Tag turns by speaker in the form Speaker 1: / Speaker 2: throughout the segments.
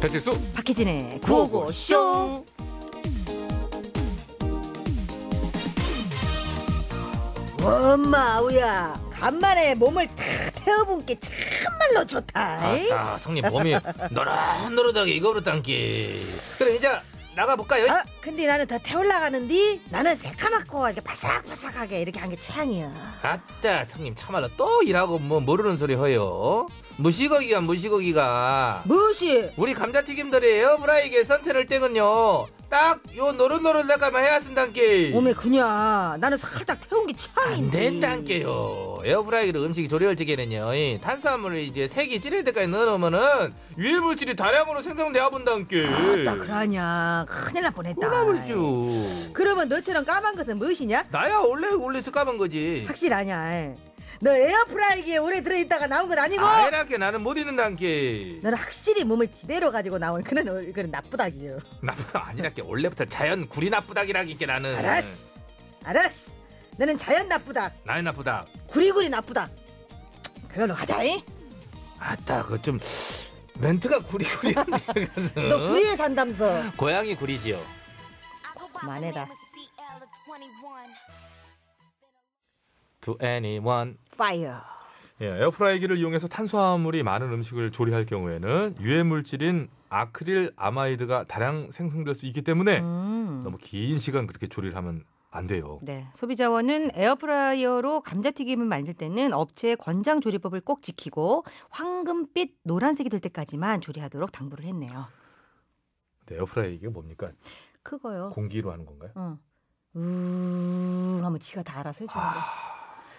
Speaker 1: 배칠수
Speaker 2: 박혜진의
Speaker 1: 구호고
Speaker 2: 구호고쇼.
Speaker 3: 엄마 아우야 간만에 몸을 탁 태워본 게 참말로 좋다 에이?
Speaker 1: 아따 성님 몸이 노릇노릇하게 익어버렸단기 그래 이제 나가볼까요?
Speaker 3: 아, 근데 나는 더 태올라가는디 나는 새까맣고 이렇게 바삭바삭하게 이렇게 한 게 취향이야
Speaker 1: 아따 성님 참말로 또 일하고 뭐 모르는 소리 허요 무시거기가 무시거기가
Speaker 3: 무엇이
Speaker 1: 우리 감자튀김들이 에어프라이기에 선택을 땡은요 딱 요 노릇노릇 내가만 해야 쓴단기
Speaker 3: 몸에 그냥 나는 살짝 태운 게
Speaker 1: 안
Speaker 3: 취향인데
Speaker 1: 된단께요. 에어프라이기로 음식이 조리할 적에는요, 이 탄수화물을 이제 색이 진할 때까지 넣어놓으면은 유해 물질이 다량으로 생성돼야 본단께.
Speaker 3: 아따 그러냐 큰일 날 뻔했다
Speaker 1: 꼬라불주.
Speaker 3: 그러면 너처럼 까만 것은 무엇이냐
Speaker 1: 나야 원래 원래 습관한 거지.
Speaker 3: 확실하냐 너 에어프라이기에 오래 들어있다가 나온 건 아니고 네.
Speaker 1: 아이라게 나는 못 잊는단께.
Speaker 3: 너는 확실히 몸을 지대로 가지고 나온 그런 얼굴은 나쁘다기요
Speaker 1: 나보다 아니라게 원래부터 자연 구리 나쁘다기라기께
Speaker 4: 네.
Speaker 1: 나는.
Speaker 3: 알았어 알았어 너는 자연 나쁘다
Speaker 1: 나의 나쁘다.
Speaker 3: 구리구리 나쁘다 그걸로 하자잉
Speaker 1: 아따 그 좀 멘트가 구리구리한데. 그래서.
Speaker 3: 너 구리에 산담서
Speaker 1: 고양이 구리지요.
Speaker 3: 그만해라.
Speaker 1: To anyone.
Speaker 3: 파이어
Speaker 4: 예, 에어프라이기를 이용해서 탄수화물이 많은 음식을 조리할 경우에는 유해 물질인 아크릴 아마이드가 다량 생성될 수 있기 때문에 네.
Speaker 3: 음.
Speaker 4: 너무 긴 시간 그렇게 조리를 하면 안 돼요.
Speaker 2: 네, 소비자원은 에어프라이어로 감자튀김을 만들 때는 업체의 권장 조리법을 꼭 지키고 황금빛 노란색이 될 때까지만 조리하도록 당부를 했네요.
Speaker 4: 네, 에어프라이기가 뭡니까?
Speaker 2: 그거요.
Speaker 4: 공기로 하는 건가요?
Speaker 2: 어. 우 하면 지가 다 알아서 해주는 거.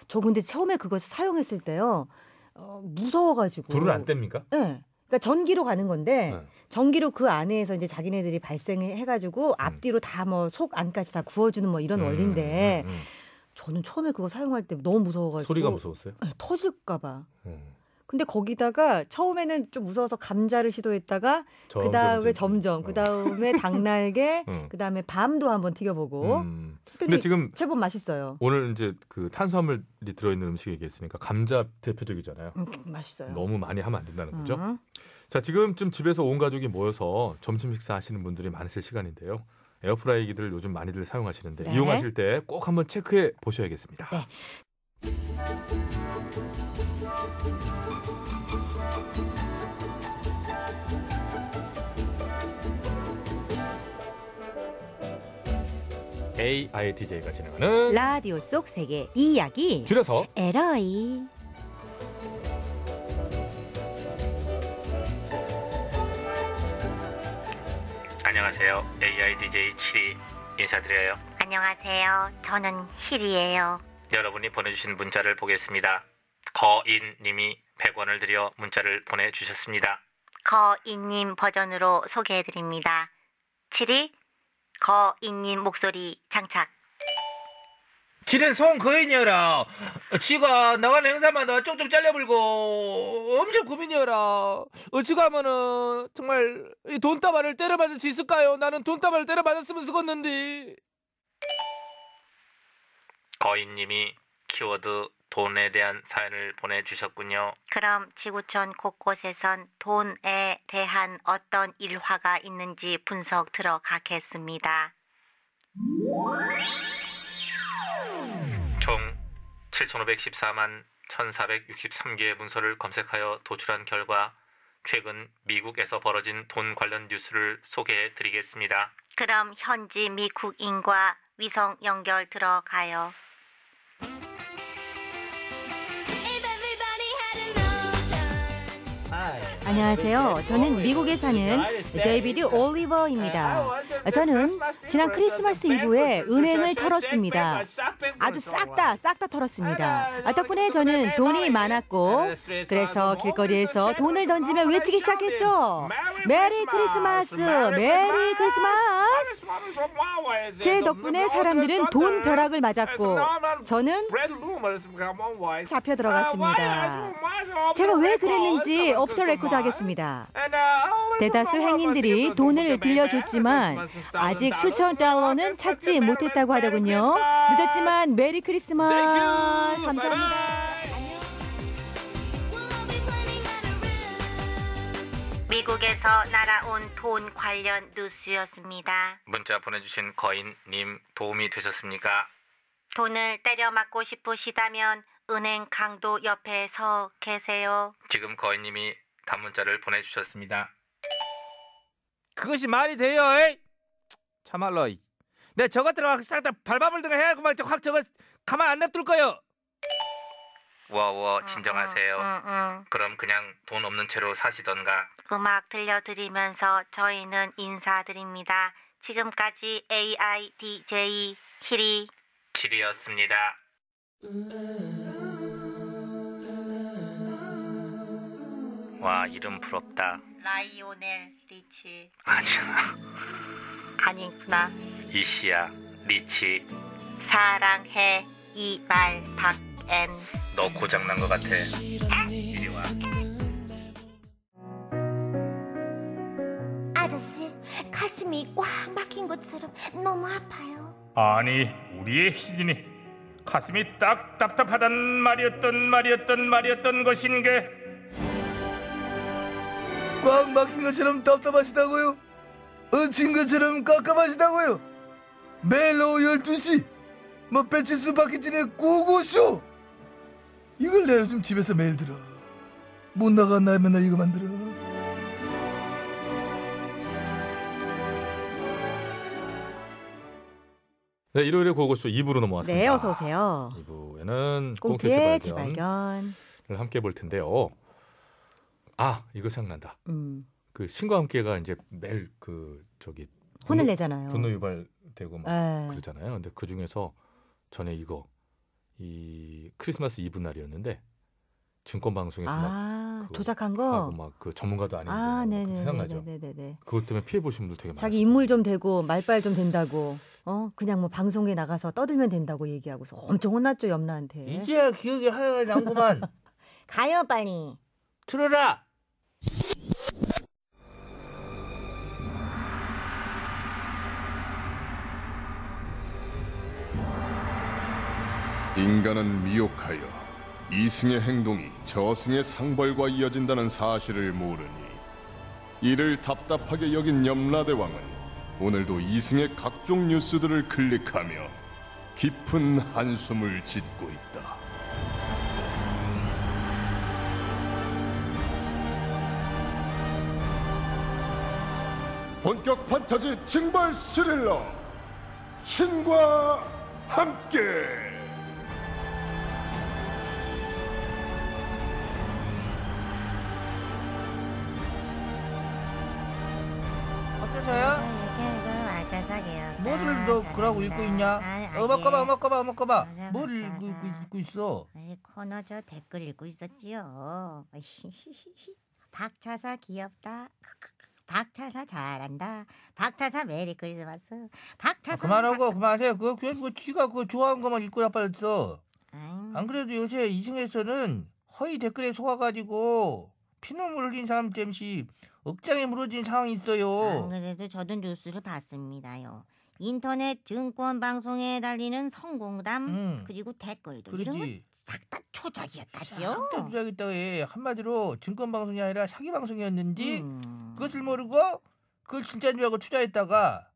Speaker 2: 저 근데 처음에 그걸 사용했을 때요 어, 무서워가지고
Speaker 4: 불을 안 뗍니까?
Speaker 2: 네. 그러니까 전기로 가는 건데
Speaker 4: 네.
Speaker 2: 전기로 그 안에서 이제 자기네들이
Speaker 4: 음.
Speaker 2: 발생해가지고 앞뒤로 다 뭐 속 안까지 다 구워주는 뭐 이런 원리인데
Speaker 4: 음, 음,
Speaker 2: 저는 처음에 그거 사용할 때 너무
Speaker 4: 음.
Speaker 2: 무서워가지고
Speaker 4: 소리가 무서웠어요.
Speaker 2: 네, 터질까봐.
Speaker 4: 음.
Speaker 2: 근데 거기다가 처음에는 좀 무서워서 감자를 시도했다가 그
Speaker 4: 점점,
Speaker 2: 다음에
Speaker 4: 점점.
Speaker 2: 점점 그
Speaker 4: 어.
Speaker 2: 다음에 닭날개
Speaker 4: 음.
Speaker 2: 그 다음에 밤도 한번 튀겨보고
Speaker 4: 음.
Speaker 2: 그랬더니
Speaker 4: 근데 지금
Speaker 2: 제법 맛있어요.
Speaker 4: 오늘 이제 그 탄수화물이 들어있는 음식 얘기했으니까 감자 대표적이잖아요.
Speaker 2: 음, 맛있어요.
Speaker 4: 너무 많이 하면 안 된다는 거죠.
Speaker 2: 음.
Speaker 4: 자, 지금쯤 집에서 온 가족이 모여서 점심 식사 하시는 분들이 많으실 시간인데요. 에어프라이기들을 요즘 많이들 사용하시는데
Speaker 2: 네.
Speaker 4: 이용하실 때 꼭 한번 체크해 보셔야겠습니다.
Speaker 2: 네.
Speaker 4: AIDJ가 진행하는
Speaker 2: 라디오 속 세계 이야기
Speaker 4: 줄여서
Speaker 2: 에러이.
Speaker 5: 안녕하세요. AI DJ 7이 인사드려요.
Speaker 6: 안녕하세요. 저는 힐이에요.
Speaker 5: 여러분이 보내주신 문자를 보겠습니다. 거인님이 100원을 들여 문자를 보내주셨습니다.
Speaker 6: 거인님 버전으로 어, 소개해드립니다. 7위 거인님 목소리 장착.
Speaker 1: 지는 손 거인이어라. 지가 나가는 행사마다 쪽쪽 잘려불고 엄청 고민이어라. 어찌 가면은 정말 이 돈다발을 때려맞을 수 있을까요? 나는 돈다발을 때려맞았으면 쓰겠는데.
Speaker 5: 거인님이 키워드 돈에 대한 사연을 보내주셨군요.
Speaker 6: 그럼 지구촌 곳곳에선 돈에 대한 어떤 일화가 있는지 분석 들어가겠습니다.
Speaker 5: 총 7,514만 1,463개의 문서를 검색하여 도출한 결과 최근 미국에서 벌어진 돈 관련 뉴스를 소개해 드리겠습니다.
Speaker 6: 그럼 현지 미국인과 위성 연결 들어가요.
Speaker 2: 안녕하세요. 저는 미국에 사는 데이비드 올리버입니다. 아, 저는 지난 네, 크리스마스 이후에 은행을 털었습니다. 아주 싹 다 싹 다 털었습니다. 그렇죠. 아, 덕분에 저는 돈이 많았고 뭐 그래서 길거리에서 돈을 던지며 외치기 시작했죠. 메리 크리스마스, 메리 크리스마스. 제 덕분에 사람들은 돈 벼락을 맞았고 저는 잡혀 들어갔습니다. 제가 왜 그랬는지 오프터 레코드 하겠습니다. oh, 대다수 행인들이 돈을 빌려줬지만 아직 수천 달러는 찾지 못했다고 하더군요. 늦었지만 메리 크리스마스 감사합니다.
Speaker 6: 미 미국에서 날아온 돈 관련 뉴스였습니다.
Speaker 5: 문자 보내주신 거인님 도움이 되셨습니까?
Speaker 6: 돈을 때려 맞고 싶으시다면 은행 강도 옆에 서 계세요.
Speaker 5: 지금 거인님이 단문자를 보내주셨습니다.
Speaker 1: 그것이 말이 돼요. 에이? 참말로. 이. 내 저것들 막싹다 밟아버리든가 해야 그만 확 저거 가만 안 냅둘 거요.
Speaker 7: 아,
Speaker 5: 워워
Speaker 6: 음,
Speaker 5: 진정하세요.
Speaker 6: 음, 음.
Speaker 5: 그럼 그냥 돈 없는 채로 사시던가.
Speaker 6: 음악 들려드리면서 저희는 인사드립니다. 지금까지 AI DJ 히리
Speaker 5: 길이었습니다. 와 이름 부럽다.
Speaker 6: 라이오넬 리치
Speaker 5: 아니야
Speaker 6: 아니구나
Speaker 5: 이씨야 리치
Speaker 6: 사랑해 이말 박엔
Speaker 5: 너 고장난 것 같아. 이리 와.
Speaker 7: 아저씨 가슴이 꽉 막힌 것처럼 너무 아파요.
Speaker 8: 아니 우리의 희진이 가슴이 딱 답답하단 말이었던 말이었던 말이었던 것인게
Speaker 1: 꽉 막힌 것처럼 답답하시다고요? 얹힌 것처럼 깝깝하시다고요? 매일 오후 12시 뭐 배치수 박희진의 고고쇼 이걸 내가 요즘 집에서 매일 들어 못 나간 날 맨날 이거 만들어
Speaker 4: 네, 일요일에 고고쇼 2부로 넘어왔습니다.
Speaker 2: 네, 어서 오세요.
Speaker 4: 2부에는
Speaker 2: 꽁트의
Speaker 4: 꽁트의 재발견을
Speaker 2: 재발견.
Speaker 4: 함께 볼 텐데요. 아 이거 생각난다.
Speaker 2: 음,
Speaker 4: 그 신과 함께가 이제 매일 그 저기
Speaker 2: 혼을
Speaker 4: 분노-
Speaker 2: 내잖아요.
Speaker 4: 분노 유발되고 막
Speaker 2: 예.
Speaker 4: 그러잖아요. 근데 그 중에서 전에 이거 이 크리스마스 이브 날이었는데 증권 방송에서 막
Speaker 2: 아,
Speaker 4: 그거
Speaker 2: 조작한
Speaker 4: 하고
Speaker 2: 거.
Speaker 4: 막 그 전문가도 아닌데 뭐
Speaker 2: 아,
Speaker 4: 그거
Speaker 2: 네네,
Speaker 4: 생각나죠.
Speaker 2: 네네, 네네.
Speaker 4: 그것 때문에 피해 보신 분들 되게 많아요.
Speaker 2: 자기 인물 좀 되고 말빨 좀 된다고. 어, 그냥 뭐 방송에 나가서 떠들면 된다고 얘기하고서 엄청 혼났죠 염라한테.
Speaker 1: 이제야 기억이 하나가 남구만
Speaker 7: 가요 빨리.
Speaker 1: 틀어라
Speaker 9: 인간은 미혹하여 이승의 행동이 저승의 상벌과 이어진다는 사실을 모르니 이를 답답하게 여긴 염라대왕은 오늘도 이승의 각종 뉴스들을 클릭하며 깊은 한숨을 짓고 있다. 본격 판타지 징벌 스릴러 신과 함께
Speaker 1: 어쩌서요? 뭐를 너 그러고 읽고 있냐? 음악 꺼봐 음악 꺼봐 음악 꺼봐
Speaker 7: 아, 맞아,
Speaker 1: 뭘
Speaker 7: 맞아.
Speaker 1: 읽고, 읽고, 읽고 있어
Speaker 7: 아이, 코너 저 댓글 읽고 있었지요. 박차사 귀엽다. 박차사 잘한다. 박차사 메리 크리스마스.
Speaker 1: 아,
Speaker 7: 박차사
Speaker 1: 그만하고 그만해 그거 그냥 뭐 지가 그거 좋아하는 것만 읽고 자빠졌어
Speaker 7: 아유,
Speaker 1: 안 그래도 요새 이승에서는 허위 댓글에 속아가지고 피눈물 흘린 사람 땜시 억장에 무너진 상황이 있어요
Speaker 7: 안 그래도 저도 뉴스를 봤습니다요. 인터넷 증권 방송에 달리는 성공담
Speaker 1: 음.
Speaker 7: 그리고 댓글들 이런
Speaker 1: 그러지
Speaker 7: 건 싹 다 초작이었다지요.
Speaker 1: 싹다 조작했다고 해 한마디로 증권방송이 아니라 사기방송이었는지
Speaker 7: 음.
Speaker 1: 그것을 모르고 그걸 진짜인 줄 알고 투자했다가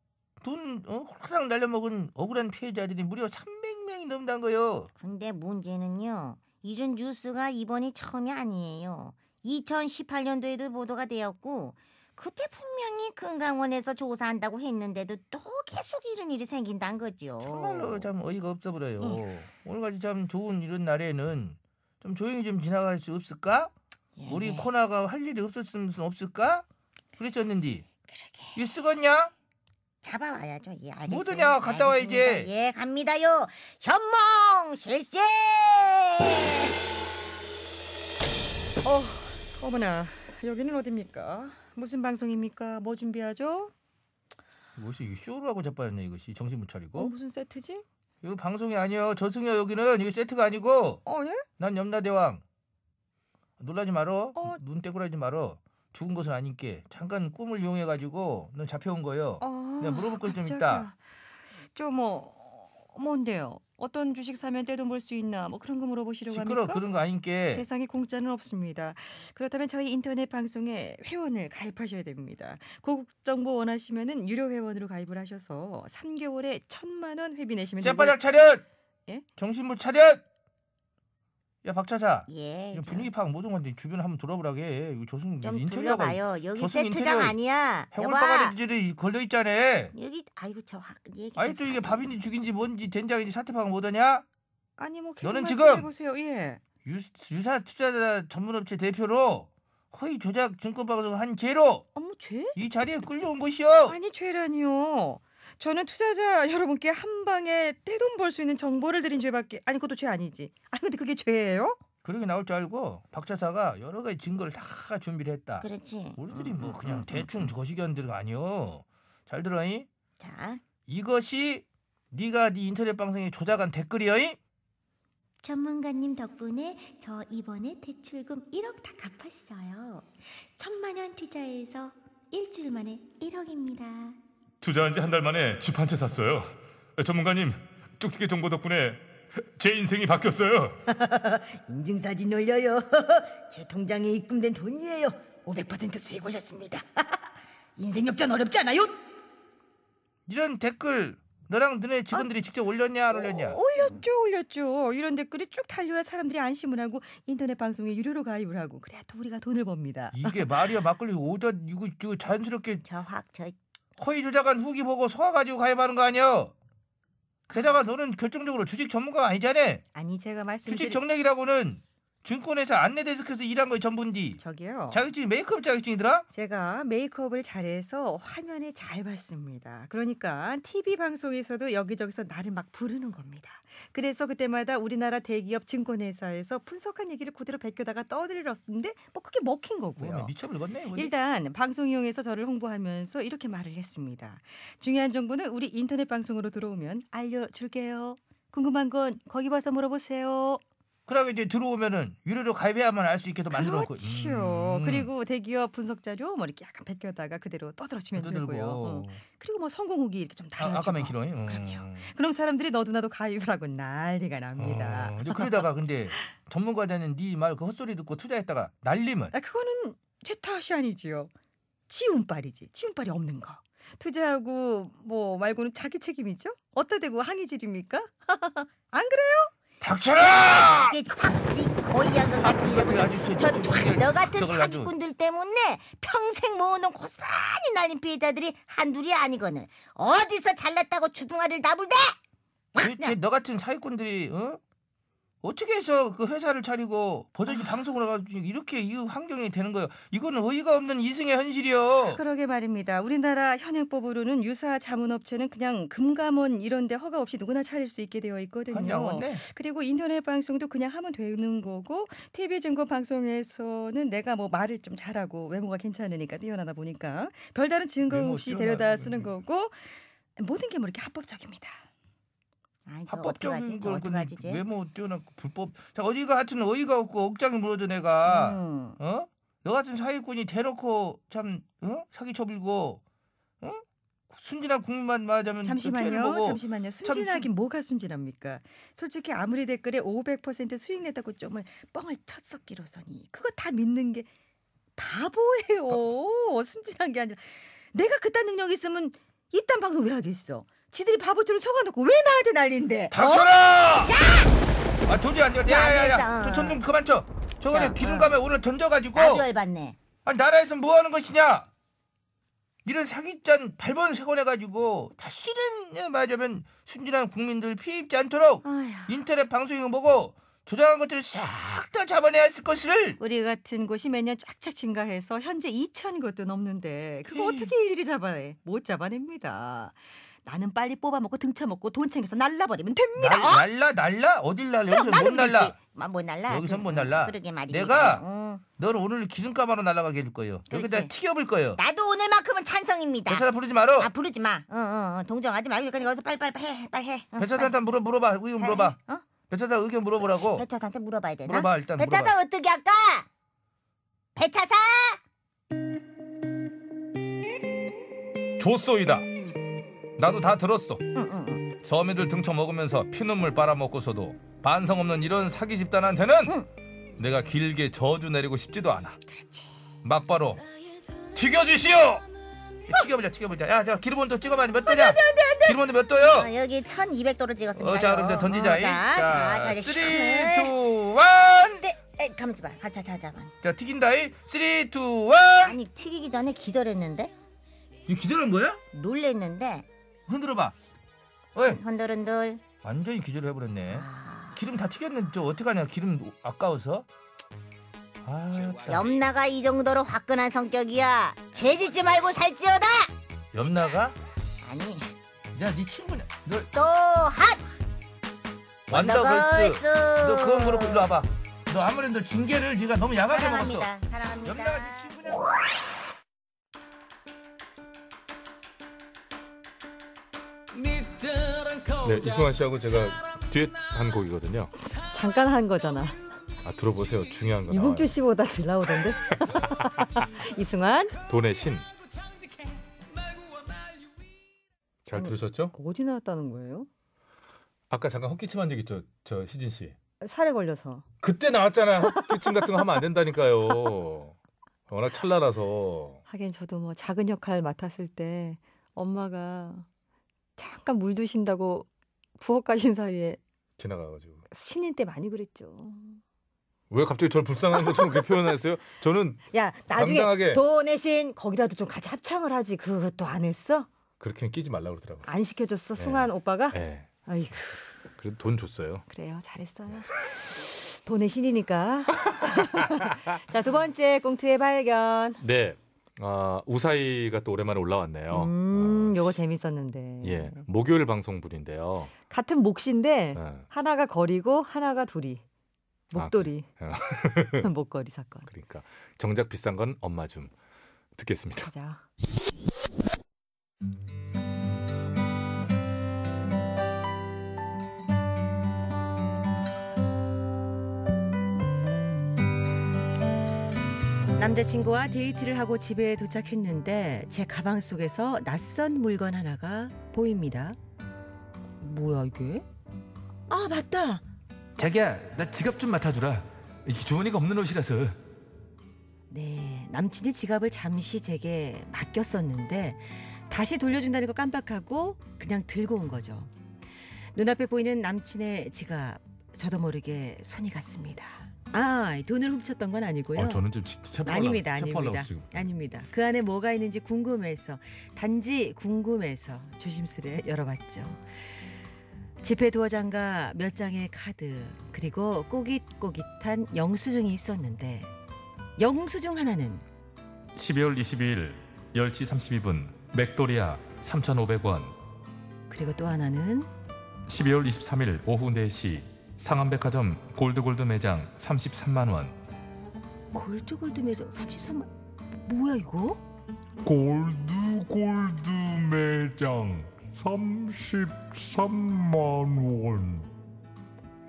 Speaker 1: 돈 어, 홀랑 날려먹은 억울한 피해자들이 무려 300명이 넘는 거예요
Speaker 7: 근데 문제는요. 이런 뉴스가 이번이 처음이 아니에요. 2018년도에도 보도가 되었고 그때 분명히 금강원에서 조사한다고 했는데도 또 계속 이런 일이 생긴다는 거죠.
Speaker 1: 정말로 참 어이가 없어 보여요. 오늘같이 참 좋은 이런 날에는 좀 조용히 좀 지나갈 수 없을까?
Speaker 7: 예.
Speaker 1: 우리 코나가 할 일이 없었으면 없을까? 그랬었는데
Speaker 7: 그러게.
Speaker 1: 이 쓰겄냐?
Speaker 7: 잡아와야죠. 예, 알겠어요.
Speaker 1: 뭐드냐? 갔다 와, 이제.
Speaker 7: 알겠습니다. 예, 갑니다요. 현몽 실세.
Speaker 2: 어, 어머나 여기는 어디입니까? 무슨 방송입니까? 뭐 준비하죠?
Speaker 1: 이것이 이 쇼로 하고 자빠졌네 이것이 정신 못 차리고.
Speaker 2: 어, 무슨 세트지?
Speaker 1: 이거 방송이 아니요. 저승여 여기는 이거 세트가 아니고
Speaker 2: 어, 네?
Speaker 1: 난 염라대왕. 놀라지 말어.
Speaker 2: 어.
Speaker 1: 눈 떼고라지 말어. 죽은 것은 아닌게 잠깐 꿈을 이용해 가지고 넌 잡혀온 거요.
Speaker 2: 아,
Speaker 1: 내가 물어볼 건좀
Speaker 2: 갑자기야.
Speaker 1: 있다.
Speaker 2: 좀 어, 뭔데요? 어떤 주식 사면 떼돈 벌 수 있나? 뭐 그런 거 물어보시려고
Speaker 10: 시끄러
Speaker 2: 합니까?
Speaker 10: 그런 거
Speaker 3: 네.
Speaker 10: 아닌게
Speaker 2: 세상에 공짜는 없습니다. 그렇다면 저희 인터넷 방송에 회원을 가입하셔야 됩니다. 고급 정보 원하시면은 유료 회원으로 가입을 하셔서 3개월에 천만 원 회비 내시면
Speaker 10: 쌔바닥 차렷
Speaker 2: 예?
Speaker 10: 정신부 차렷 야 박차자
Speaker 7: 예.
Speaker 2: 네,
Speaker 10: 이거
Speaker 7: 좀-
Speaker 10: 분위기 파악 못한 건데 주변 한번 돌아보라게 이거 조승
Speaker 7: 좀
Speaker 10: 인테리어가
Speaker 7: 둘러봐요. 여기
Speaker 10: 조승
Speaker 7: 세트장
Speaker 10: 인테리어
Speaker 7: 아니야.
Speaker 10: 해골
Speaker 7: 여봐.
Speaker 10: 바가지들이 걸려 있잖아.
Speaker 7: 여기 아이고 저 예, 학- 얘기.
Speaker 10: 아니 또 이게 밥인지 죽인지 뭔지 된장인지 사태 파악 못하냐?
Speaker 2: 아니 뭐 계속
Speaker 10: 너는
Speaker 2: 말씀해
Speaker 10: 지금-
Speaker 2: 보세요. 예.
Speaker 10: 유- 유사 투자자 전문업체 대표로 허위 조작 증권방송 한 죄로
Speaker 2: 어머 죄?
Speaker 10: 이 자리에 끌려온
Speaker 3: 어.
Speaker 10: 것이요.
Speaker 2: 아니 죄라니요. 저는 투자자 여러분께 한 방에 떼돈 벌 수 있는 정보를 드린 죄밖에 아니 그것도 죄 아니지. 아니 근데 그게 죄예요?
Speaker 10: 그렇게 나올 줄 알고 박차사가 여러 가지 증거를 다 준비를 했다.
Speaker 7: 그렇지.
Speaker 10: 우리들이
Speaker 7: 음,
Speaker 10: 뭐
Speaker 7: 음,
Speaker 10: 그냥
Speaker 7: 음,
Speaker 10: 대충
Speaker 7: 음.
Speaker 10: 거시기한들 아니요. 잘 들어잉?
Speaker 7: 자,
Speaker 10: 이것이 네가 네 인터넷 방송에 조작한 댓글이여잉?
Speaker 7: 전문가님 덕분에 저 이번에 대출금 1억 다 갚았어요. 천만 원 투자해서 일주일 만에 1억입니다.
Speaker 8: 투자한 지 한 달 만에 집 한 채 샀어요. 전문가님, 뚝뚝이 정보 덕분에 제 인생이 바뀌었어요.
Speaker 3: 인증사진 올려요. 제 통장에 입금된 돈이에요. 500% 수익 올렸습니다. 인생 역전 어렵지 않아요?
Speaker 10: 이런 댓글 너랑 너네 직원들이 직접 올렸냐 안 올렸냐?
Speaker 2: 올렸죠 올렸죠. 이런 댓글이 쭉 달려야 사람들이 안심을 하고 인터넷 방송에 유료로 가입을 하고 그래야 또 우리가 돈을 법니다.
Speaker 10: 이게 말이야 막걸리 오다 이거, 이거 자연스럽게
Speaker 7: 저확저
Speaker 10: 허위 조작한 후기 보고 속아가지고 가입하는 거 아니야? 게다가 너는 결정적으로 주식 전문가가 아니잖아.
Speaker 2: 아니 제가
Speaker 10: 주식
Speaker 2: 말씀드린
Speaker 10: 정략이라고는 증권회사 안내 데스크에서 일한 거의 전부인디.
Speaker 2: 저기요.
Speaker 10: 자격증이 메이크업 자격증이더라?
Speaker 2: 제가 메이크업을 잘해서 화면에 잘 봤습니다. 그러니까 TV 방송에서도 여기저기서 나를 막 부르는 겁니다. 그래서 그때마다 우리나라 대기업 증권회사에서 분석한 얘기를 그대로 베껴다가 떠들었는데 뭐 그게 먹힌
Speaker 10: 뭐야
Speaker 2: 거고요.
Speaker 10: 미쳐버리겠네. 이거.
Speaker 2: 일단 방송 이용해서 저를 홍보하면서 이렇게 말을 했습니다. 중요한 정보는 우리 인터넷 방송으로 들어오면 알려줄게요. 궁금한 건 거기 봐서 물어보세요.
Speaker 10: 그러고 이제 들어오면은 유료로 가입해야만 알 수 있게 도 만들어 놓고.
Speaker 2: 그렇죠.
Speaker 10: 음.
Speaker 2: 그리고 대기업 분석 자료 뭐 이렇게 약간 베껴다가 그대로 떠들어주면 되고요. 어.
Speaker 10: 들고.
Speaker 2: 그리고 뭐 성공 후기 이렇게 좀
Speaker 10: 아,
Speaker 2: 달아주고.
Speaker 10: 아까 맨 키로잉.
Speaker 2: 그럼요. 그럼 사람들이 너도나도 가입을 하고 난리가 납니다.
Speaker 10: 그러다가 어, 근데 전문가자는 네 말 그 헛소리 듣고 투자했다가 날림은
Speaker 2: 아, 그거는 제 탓이 아니지요. 지운빨이지. 지운빨이 없는 거. 투자하고 뭐 말고는 자기 책임이죠? 어따 대고 항의 질입니까? 안 그래?
Speaker 10: 닥쳐라!
Speaker 7: 이게 확 이 고이한 것 같은 이런
Speaker 10: 그래, 아! 아주 저-
Speaker 7: 저
Speaker 10: 저- 저-
Speaker 7: 저- 너 같은
Speaker 10: 저걸 아주-
Speaker 7: 사기꾼들 때문에 평생 모으는 고스란히 날린 피해자들이 한둘이 아니거늘 어디서 잘났다고 주둥아리를 나불대?
Speaker 10: 도대체 너 같은 사기꾼들이 어? 어떻게 해서 그 회사를 차리고 버젓이 방송을 해가지고 이렇게 이 환경이 되는 거예요? 이거는 어이가 없는 이승의 현실이요.
Speaker 2: 그러게 말입니다. 우리나라 현행법으로는 유사 자문업체는 그냥 금감원 이런 데 허가 없이 누구나 차릴 수 있게 되어 있거든요.
Speaker 10: 환장원데
Speaker 2: 그리고 인터넷 방송도 그냥 하면 되는 거고 TV 증권 방송에서는 내가 뭐 말을 좀 잘하고 외모가 괜찮으니까 뛰어나다 보니까 별다른 증거
Speaker 10: 외모
Speaker 2: 없이
Speaker 10: 뛰어나다
Speaker 2: 데려다
Speaker 10: 그러면.
Speaker 2: 쓰는 거고 모든 게 뭐 이렇게 합법적입니다.
Speaker 7: 아이 저 어떡하지
Speaker 10: 합법적인
Speaker 7: 저
Speaker 10: 걸
Speaker 7: 어떡하지 이제
Speaker 10: 외모 뛰어난 불법. 자 어디가 하여튼 어이가 없고 억장이 무너져 내가.
Speaker 7: 음.
Speaker 10: 어? 너 같은 사기꾼이 대놓고 참 어? 사기 쳐불고 어? 순진한 국민만 말하자면 피해를
Speaker 2: 잠시만요.
Speaker 10: 보고
Speaker 2: 잠시만요. 순진하긴 뭐가 순진합니까? 솔직히 아무리 댓글에 500% 수익 냈다고 좀을 뻥을 쳤었기로서니 그거 다 믿는 게 바보예요. 순진한 게 아니라 내가 그딴 능력이 있으면 이딴 방송 왜 하겠어? 지들이 바보처럼 속아놓고 왜 나한테 난리인데?
Speaker 10: 닥쳐라! 아 도저히 안 돼.
Speaker 7: 안
Speaker 10: 야야야.
Speaker 7: 됐어.
Speaker 10: 저천좀 그만 쳐. 저거는
Speaker 7: 자,
Speaker 10: 기름
Speaker 7: 어.
Speaker 10: 감에 오늘 던져가지고
Speaker 7: 나도 열받네
Speaker 10: 아, 나라에서 뭐 하는 것이냐? 이런 사기짠 발본 세곤해가지고 다시는 예, 말하자면 순진한 국민들 피해 입지 않도록
Speaker 2: 아휴,
Speaker 10: 인터넷 방송이고 뭐고 조장한 것들을 싹 다 잡아내야 할 것을
Speaker 2: 우리 같은 곳이 매년 쫙쫙 증가해서 현재 2천 곳도 넘는데 그거 어떻게 일일이 잡아내? 못 잡아냅니다. 나는 빨리 뽑아먹고 등쳐먹고 돈 챙겨서 날라버리면 됩니다.
Speaker 10: 날, 날라 날라 어딜 날라 여기서 못 날라
Speaker 7: 마, 뭐 날라
Speaker 10: 여기선 못 날라.
Speaker 7: 그러게 어. 말이야
Speaker 10: 내가
Speaker 7: 응.
Speaker 10: 널 오늘 기름값으로 날라가게 해줄 거예요 여기다
Speaker 7: 그렇지.
Speaker 10: 튀겨볼 거예요
Speaker 7: 나도 오늘만큼은 찬성입니다
Speaker 10: 내 사람 부르지 말어
Speaker 7: 아 부르지 마 응, 응, 응. 동정하지 말고 그러니까 여기서 빨리빨리 해 빨리 해 응,
Speaker 10: 배차사한테 물어 물어봐
Speaker 7: 빨리.
Speaker 10: 의견 물어봐
Speaker 7: 어?
Speaker 10: 배차사 의견 물어보라고
Speaker 7: 배차사한테 물어봐야 되나?
Speaker 10: 물어봐, 일단
Speaker 7: 네. 배차사
Speaker 10: 물어봐.
Speaker 7: 어떻게 할까? 배차사
Speaker 4: 조소이다. 나도 다 들었어.
Speaker 7: 응, 응, 응.
Speaker 10: 서민들 등쳐먹으면서 피눈물 빨아먹고서도 반성 없는 이런 사기 집단한테는 내가 길게 저주 내리고 싶지도 않아. 막바로 튀겨주시오. 튀겨보자, 튀겨보자. 야, 저 기름온도 찍어봐야지 몇 도냐? 기름온도 몇 도요?
Speaker 7: 어, 여기 1200도로 찍었습니다.
Speaker 10: 어, 자, 그럼 이제 던지자.
Speaker 7: 어, 자, 자, 자, 이제
Speaker 10: 3, 2,
Speaker 7: 시작해.
Speaker 10: 1.
Speaker 7: 네, 에, 가만있어 봐. 가자, 자, 자, 만.
Speaker 10: 자, 튀긴다이. 3, 2, 1.
Speaker 7: 아니 튀기기 전에 기절했는데
Speaker 10: 이 기절한 거야?
Speaker 7: 놀랬는데
Speaker 10: 흔들어봐. 어이,
Speaker 7: 흔들흔들.
Speaker 10: 완전히 기절을 해버렸네.
Speaker 7: 아.
Speaker 10: 기름 다 튀겼는데 저 어떡하냐? 기름 아까워서. 아, 따-
Speaker 7: 염나가 이 정도로 화끈한 성격이야. 죄짓지 말고 살찌어다.
Speaker 10: 염나가?
Speaker 7: 아니,
Speaker 10: 야, 네 친구냐? 너
Speaker 7: 소핫.
Speaker 10: 완다걸스.
Speaker 7: 걸스.
Speaker 10: 너 그건 그렇고 일로 와봐. 너 아무래도 너 징계를 네가 너무 야하게 먹었어.
Speaker 7: 사랑합니다. 사랑합니다.
Speaker 10: 염나가 네 친구냐?
Speaker 4: 네, 이승환 씨하고 제가 듀엣 한 곡이거든요.
Speaker 11: 잠깐 한 거잖아.
Speaker 4: 아 들어보세요. 중요한 거 나와요.
Speaker 11: 이국주 씨보다 잘 나오던데. 이승환
Speaker 4: 돈의 신. 잘 들으셨죠?
Speaker 11: 어디 나왔다는 거예요?
Speaker 4: 아까 잠깐 헛기침 한 적 있죠, 저 희진 씨.
Speaker 11: 살에 걸려서.
Speaker 4: 그때 나왔잖아요. 헛기침 같은 거 하면 안 된다니까요. 워낙 찰나라서.
Speaker 11: 하긴 저도 뭐 작은 역할 맡았을 때 엄마가 잠깐 물 드신다고 부엌 가신 사이에
Speaker 4: 지나가가지고
Speaker 11: 신인 때 많이 그랬죠.
Speaker 4: 왜 갑자기 저를 불쌍한 것처럼 그렇게 표현했어요? 저는
Speaker 11: 야 나중에
Speaker 4: 당당하게.
Speaker 11: 돈 대신 거기라도 좀 같이 합창을 하지 그것도 안 했어?
Speaker 4: 그렇게는 끼지 말라고 그러더라고요.
Speaker 11: 안 시켜줬어
Speaker 4: 네.
Speaker 11: 승환 오빠가?
Speaker 4: 예.
Speaker 11: 아이고
Speaker 4: 그래도 돈 줬어요.
Speaker 11: 그래요 잘했어요. 돈의 신이니까. 자 두 번째 꽁트의 발견.
Speaker 4: 네. 아, 우사이가 또 오랜만에 올라왔네요.
Speaker 11: 음 요거 재밌었는데.
Speaker 4: 어. 아, 예. 목요일 방송분인데요.
Speaker 11: 같은
Speaker 2: 네.
Speaker 11: 몫인데
Speaker 4: 예.
Speaker 11: 하나가 거리고 하나가 돌이.
Speaker 4: 아,
Speaker 11: 목도리.
Speaker 4: 그-
Speaker 11: 목걸이 사건.
Speaker 4: 그러니까 정작 비싼 건 엄마 좀 듣겠습니다.
Speaker 11: 가자.
Speaker 2: 남자친구와 데이트를 하고 집에 도착했는데 제 가방 속에서 낯선 물건 하나가 보입니다. 뭐야 이게? 아 맞다.
Speaker 10: 자기야, 나 지갑 좀 맡아주라. 이게 주머니가 없는 옷이라서.
Speaker 2: 네, 남친이 지갑을 잠시 제게 맡겼었는데 다시 돌려준다는 거 깜빡하고 그냥 들고 온 거죠. 눈앞에 보이는 남친의 지갑 저도 모르게 손이 갔습니다. 아, 돈을 훔쳤던 건 아니고요.
Speaker 4: 어, 저는 좀 치- 체포하려고-
Speaker 2: 아닙니다,
Speaker 4: 체포하려고
Speaker 2: 아닙니다,
Speaker 4: 지금.
Speaker 2: 아닙니다. 그 안에 뭐가 있는지 궁금해서 단지 궁금해서 조심스레 열어봤죠. 지폐 도어 장과 몇 장의 카드 그리고 꼬깃꼬깃한 영수증이 있었는데 영수증 하나는
Speaker 8: 12월 22일 10시 32분 맥도리아 3,500원.
Speaker 2: 그리고 또 하나는
Speaker 8: 12월 23일 오후 4시 상암백화점 골드골드 매장 33만 원.
Speaker 2: 골드골드 매점 33만 뭐야 이거?
Speaker 8: 골드 골드 매장 33만 원.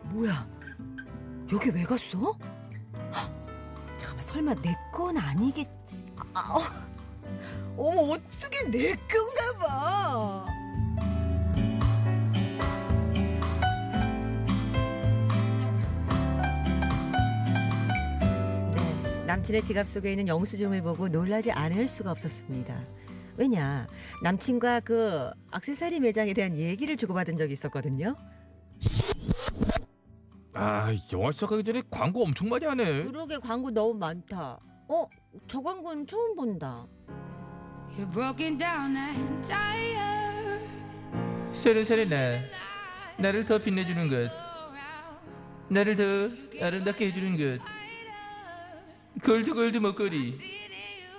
Speaker 2: 뭐야 여기 왜 갔어? 헉, 잠깐만 설마 내 건 아니겠지? 아, 어. 어머 어떻게 내 건가 봐 네, 남친의 지갑 속에 있는 영수증을 보고 놀라지 않을 수가 없었습니다. 왜냐 남친과 그 악세사리 매장에 대한 얘기를 주고받은 적이 있었거든요.
Speaker 10: 아, 영화 시작하기 전에 광고 엄청 많이 하네.
Speaker 7: 그러게 광고 너무 많다. 어, 저 광고는 처음 본다.
Speaker 12: You're broken down and tired.
Speaker 10: 세련세련해. 네. 나를 더 빛내주는 것. 나를 더 아름답게 해주는 것. 골드 골드 먹거리.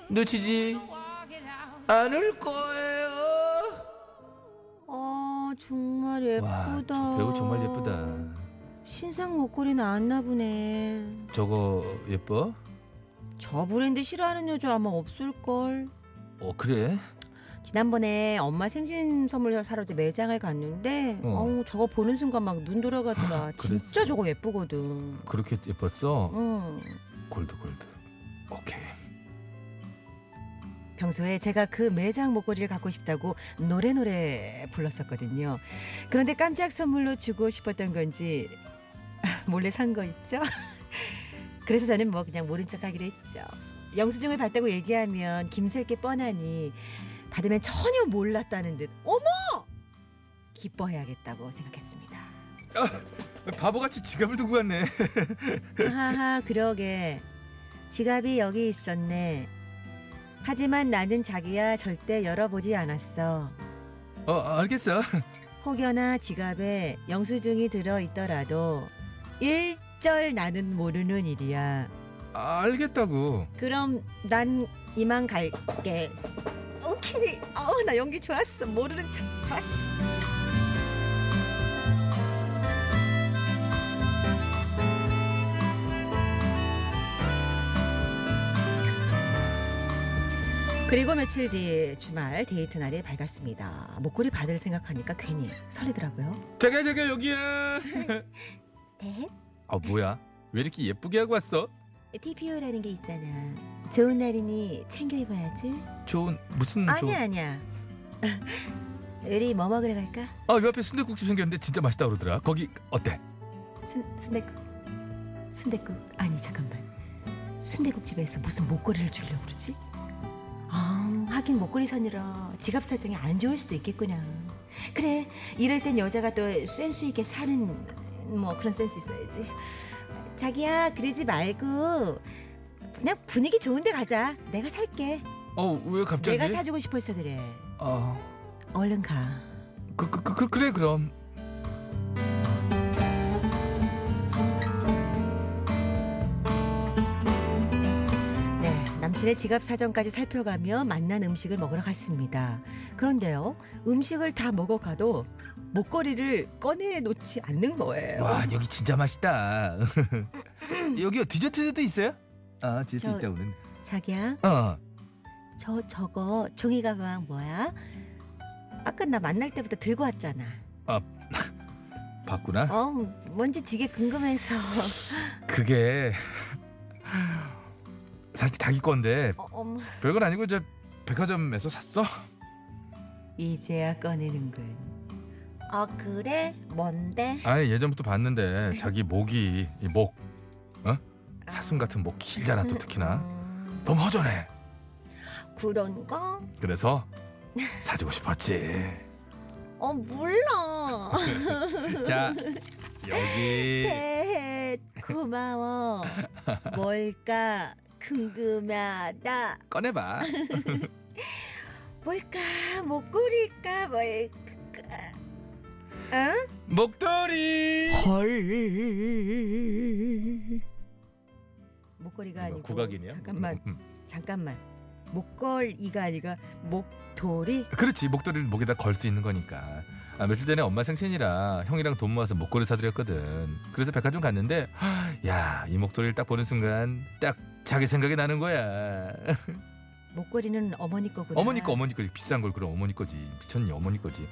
Speaker 10: 놓치지 않을 거예요.
Speaker 7: 아, 정말 예쁘다.
Speaker 10: 배우 정말 예쁘다.
Speaker 7: 신상 목걸이 나왔나 보네.
Speaker 10: 저거 예뻐?
Speaker 7: 저 브랜드 싫어하는 여자 아마 없을걸.
Speaker 10: 어 그래?
Speaker 7: 지난번에 엄마 생신 선물 사러 이제 매장을 갔는데
Speaker 10: 어.
Speaker 7: 어. 우 저거 보는 순간 막 눈 돌아가더라. 진짜 저거 예쁘거든.
Speaker 10: 그렇게 예뻤어?
Speaker 7: 응.
Speaker 10: 골드 골드. 오케이.
Speaker 2: 평소에 제가 그 매장 목걸이를 갖고 싶다고 노래노래 불렀었거든요. 그런데 깜짝 선물로 주고 싶었던 건지 몰래 산 거 있죠? 그래서 저는 뭐 그냥 모른 척 하기로 했죠. 영수증을 받다고 얘기하면 김셀 게 뻔하니 받으면 전혀 몰랐다는 듯 어머! 기뻐해야겠다고 생각했습니다.
Speaker 4: 아, 바보같이 지갑을 두고 갔네.
Speaker 2: 하하 그러게 지갑이 여기 있었네. 하지만 나는 자기야 절대 열어보지 않았어.
Speaker 4: 어, 알겠어.
Speaker 2: 혹여나 지갑에 영수증이 들어 있더라도 일절 나는 모르는 일이야.
Speaker 10: 아,
Speaker 4: 알겠다고.
Speaker 2: 그럼 난 이만 갈게. 오케이. 어나 연기 좋았어. 모르는 척 좋았어. 그리고 며칠 뒤 주말 데이트 날이 밝았습니다. 목걸이 받을 생각하니까 괜히 설레더라고요.
Speaker 4: 자기야, 자기야, 여기야.
Speaker 2: 네.
Speaker 4: 아, 뭐야? 왜 이렇게 예쁘게 하고 왔어?
Speaker 2: TPO라는 네, 게 있잖아. 좋은 날이니 챙겨 입어야지.
Speaker 4: 좋은 무슨 좋은-
Speaker 2: 아니야 아니야. 우리 뭐 먹으러 갈까?
Speaker 4: 아, 요 앞에 순대국집 생겼는데 진짜 맛있다 그러더라. 거기 어때?
Speaker 2: 순 순대국. 순대국 아니 잠깐만. 순대국집에서 무슨 목걸이를 주려고 그러지? 아 하긴 목걸이 사느라 지갑 사정이 안 좋을 수도 있겠구나. 그래 이럴 땐 여자가 또 센스 있게 사는 뭐 그런 센스 있어야지. 자기야 그러지 말고 그냥 분위기 좋은데 가자. 내가 살게.
Speaker 4: 어, 왜 갑자기?
Speaker 2: 내가 사주고 싶어서 그래.
Speaker 4: 어,
Speaker 2: 얼른 가.
Speaker 4: 그, 그, 그, 그, 그래 그럼.
Speaker 2: 네, 남친의 지갑 사정까지 살펴가며 만난 음식을 먹으러 갔습니다. 그런데요, 음식을 다 먹어가도 목걸이를 꺼내 놓지 않는 거예요.
Speaker 7: 음.
Speaker 4: 와, 여기 진짜 맛있다. 여기요 디저트도 있어요? 아, 디저트
Speaker 2: 저-
Speaker 4: 있다 오늘.
Speaker 2: 자기야,
Speaker 4: 어.
Speaker 2: 저 저거 종이 가방 뭐야? 아까 나 만날 때부터 들고 왔잖아.
Speaker 4: 봤구나.
Speaker 2: 어, 뭔지 되게 궁금해서.
Speaker 4: 그게 사실 자기 건데
Speaker 2: 어, 어머.
Speaker 4: 별건 아니고 저 백화점에서 샀어.
Speaker 2: 이제야 꺼내는군. 아,
Speaker 13: 어 그래? 뭔데?
Speaker 4: 아니 예전부터 봤는데 자기 목이 이 목 어? 사슴 같은 목 길잖아 또 특히나 너무 허전해.
Speaker 13: 그런 거?
Speaker 4: 그래서 사주고 싶었지.
Speaker 13: 어 몰라.
Speaker 4: 자 여기
Speaker 2: 네.
Speaker 4: 네.
Speaker 13: 대해 고마워. 뭘까 궁금하다.
Speaker 4: 꺼내봐.
Speaker 13: 뭘까
Speaker 2: 뭐
Speaker 13: 목걸이일까 뭘까? 응?
Speaker 4: 목도리.
Speaker 2: 헐. 목걸이가 아니고
Speaker 4: 뭐 국악이네요.
Speaker 2: 잠깐만,
Speaker 4: 음,
Speaker 2: 잠깐만. 목걸이가 아니라 목도리.
Speaker 4: 그렇지 목도리를 목에다 걸 수 있는 거니까. 아, 며칠 전에 엄마 생신이라 형이랑 돈 모아서 목걸이 사드렸거든. 그래서 백화점 갔는데 야 이 목도리를 딱 보는 순간 딱 자기 생각이 나는 거야.
Speaker 2: 목걸이는 어머니 거구나.
Speaker 4: 어머니 거 어머니 거지 비싼 걸 그럼 어머니 거지 미쳤니 어머니 거지.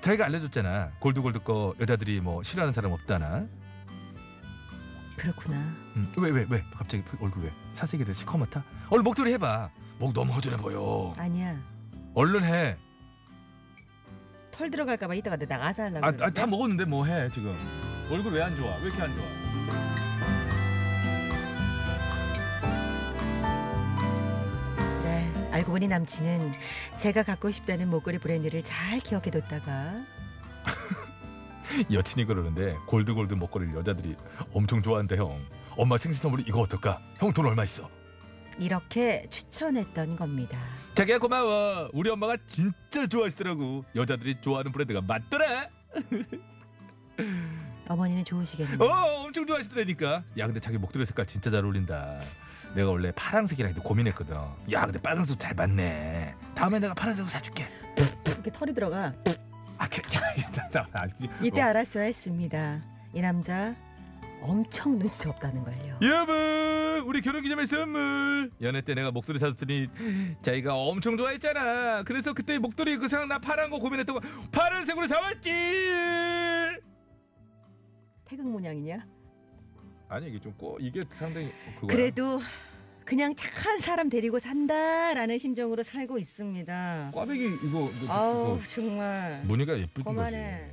Speaker 4: 자기가 알려줬잖아 골드 골드 거 여자들이 뭐 싫어하는 사람 없다나. 음,
Speaker 2: 그렇구나.
Speaker 4: 왜왜 왜, 왜? 갑자기 얼굴 왜 사색이 돼 시커멓다. 얼른 목도리 해봐. 목 너무 허전해 보여.
Speaker 2: 아니야.
Speaker 4: 얼른 해.
Speaker 2: 털 들어갈까 봐 이따가 내 나가서 하려고.
Speaker 4: 아, 아,
Speaker 2: 그러는데.
Speaker 4: 다 먹었는데 뭐 해 지금 얼굴 왜 안 좋아 왜 이렇게 안 좋아 뭐-
Speaker 2: 네, 알고 보니 남친은 제가 갖고 싶다는 목걸이 브랜드를 잘 기억해뒀다가
Speaker 4: 여친이 그러는데 골드 골드 목걸이 여자들이 엄청 좋아한대 형 엄마 생신 선물로 이거 어떨까 형 돈 얼마 있어
Speaker 2: 이렇게 추천했던 겁니다.
Speaker 4: 자기야 고마워 우리 엄마가 진짜 좋아하시더라고 여자들이 좋아하는 브랜드가 맞더라
Speaker 2: 어머니는 좋으시겠네요.
Speaker 4: 어 엄청 좋아하시더라니까 야 근데 자기 목도리 색깔 진짜 잘 어울린다 내가 원래 파랑색이라 해도 고민했거든 야 근데 빨간색 잘 맞네 다음에 내가 파란색으로 사줄게
Speaker 2: 이렇게 털이 들어가.
Speaker 4: 아 괜찮아 괜찮아 아,
Speaker 2: 이때
Speaker 4: 어.
Speaker 2: 알았어야 했습니다. 이 남자 엄청 눈치 없다는 걸요.
Speaker 4: 여보 우리 결혼기념일 선물 연애 때 내가 목도리 사줬더니 자기가 엄청 좋아했잖아 그래서 그때 목도리 그 생각 나 파란 거 고민했던 거 파란색으로 사왔지
Speaker 2: 태극 모양이냐?
Speaker 4: 아니 이게 좀꼬 이게 상당히 그거야
Speaker 2: 그래도
Speaker 14: 그냥 착한 사람 데리고 산다라는 심정으로 살고 있습니다.
Speaker 15: 꽈배기 이거, 이거,
Speaker 14: 아우
Speaker 4: 어.
Speaker 15: 이거
Speaker 14: 정말
Speaker 15: 무늬가 예쁜 거지.
Speaker 14: 거만해.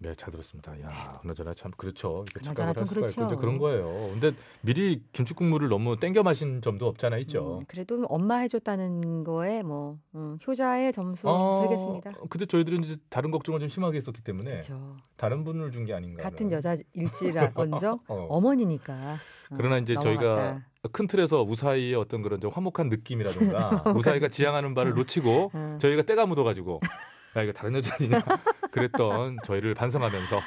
Speaker 4: 네, 잘 들었습니다. 야, 그나저나 참 그렇죠. 이렇게
Speaker 2: 그나저나
Speaker 4: 착각을
Speaker 2: 좀
Speaker 4: 할 수가 있고 이제
Speaker 2: 그렇죠.
Speaker 4: 그런 거예요. 근데 미리 김치국물을 너무 땡겨 마신 점도 없잖아 있죠.
Speaker 2: 음, 그래도 엄마 해줬다는 거에 뭐 음, 효자의 점수
Speaker 4: 어,
Speaker 2: 드리겠습니다.
Speaker 4: 근데 저희들은 이제 다른 걱정을 좀 심하게 했었기 때문에
Speaker 2: 그쵸.
Speaker 4: 다른 분을 준 게 아닌가.
Speaker 2: 같은 여자일지라 언정
Speaker 4: 네, 어.
Speaker 2: 어머니니까. 어,
Speaker 4: 그러나 이제
Speaker 2: 넘어갔다.
Speaker 4: 저희가 큰 틀에서 우사이의 어떤 그런 좀 화목한 느낌이라든가 우사이가 지향하는 바를 놓치고
Speaker 2: 어. 아,
Speaker 4: 저희가 때가 묻어가지고 야 이거 다른 여자 아니냐 그랬던 저희를 반성하면서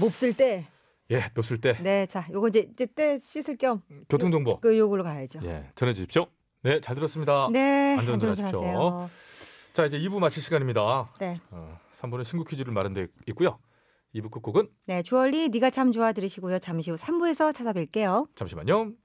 Speaker 2: 몹쓸 때.
Speaker 4: 예 몹쓸 때
Speaker 2: 네, 자, 요거 이제 이제 때 씻을 겸
Speaker 4: 교통정보
Speaker 2: 그 요걸로 가야죠.
Speaker 4: 예 전해주십시오 네 잘 들었습니다
Speaker 2: 네,
Speaker 4: 안전운전하십시오
Speaker 2: 안전운전하세요.
Speaker 4: 자 이제 2부 마칠 시간입니다
Speaker 2: 네.
Speaker 4: 어, 3부는 신구 퀴즈를 마련돼 있고요 2부 끝곡은
Speaker 2: 네, 주얼리 네가 참 좋아 들으시고요. 잠시 후 3부에서 찾아뵐게요.
Speaker 4: 잠시만요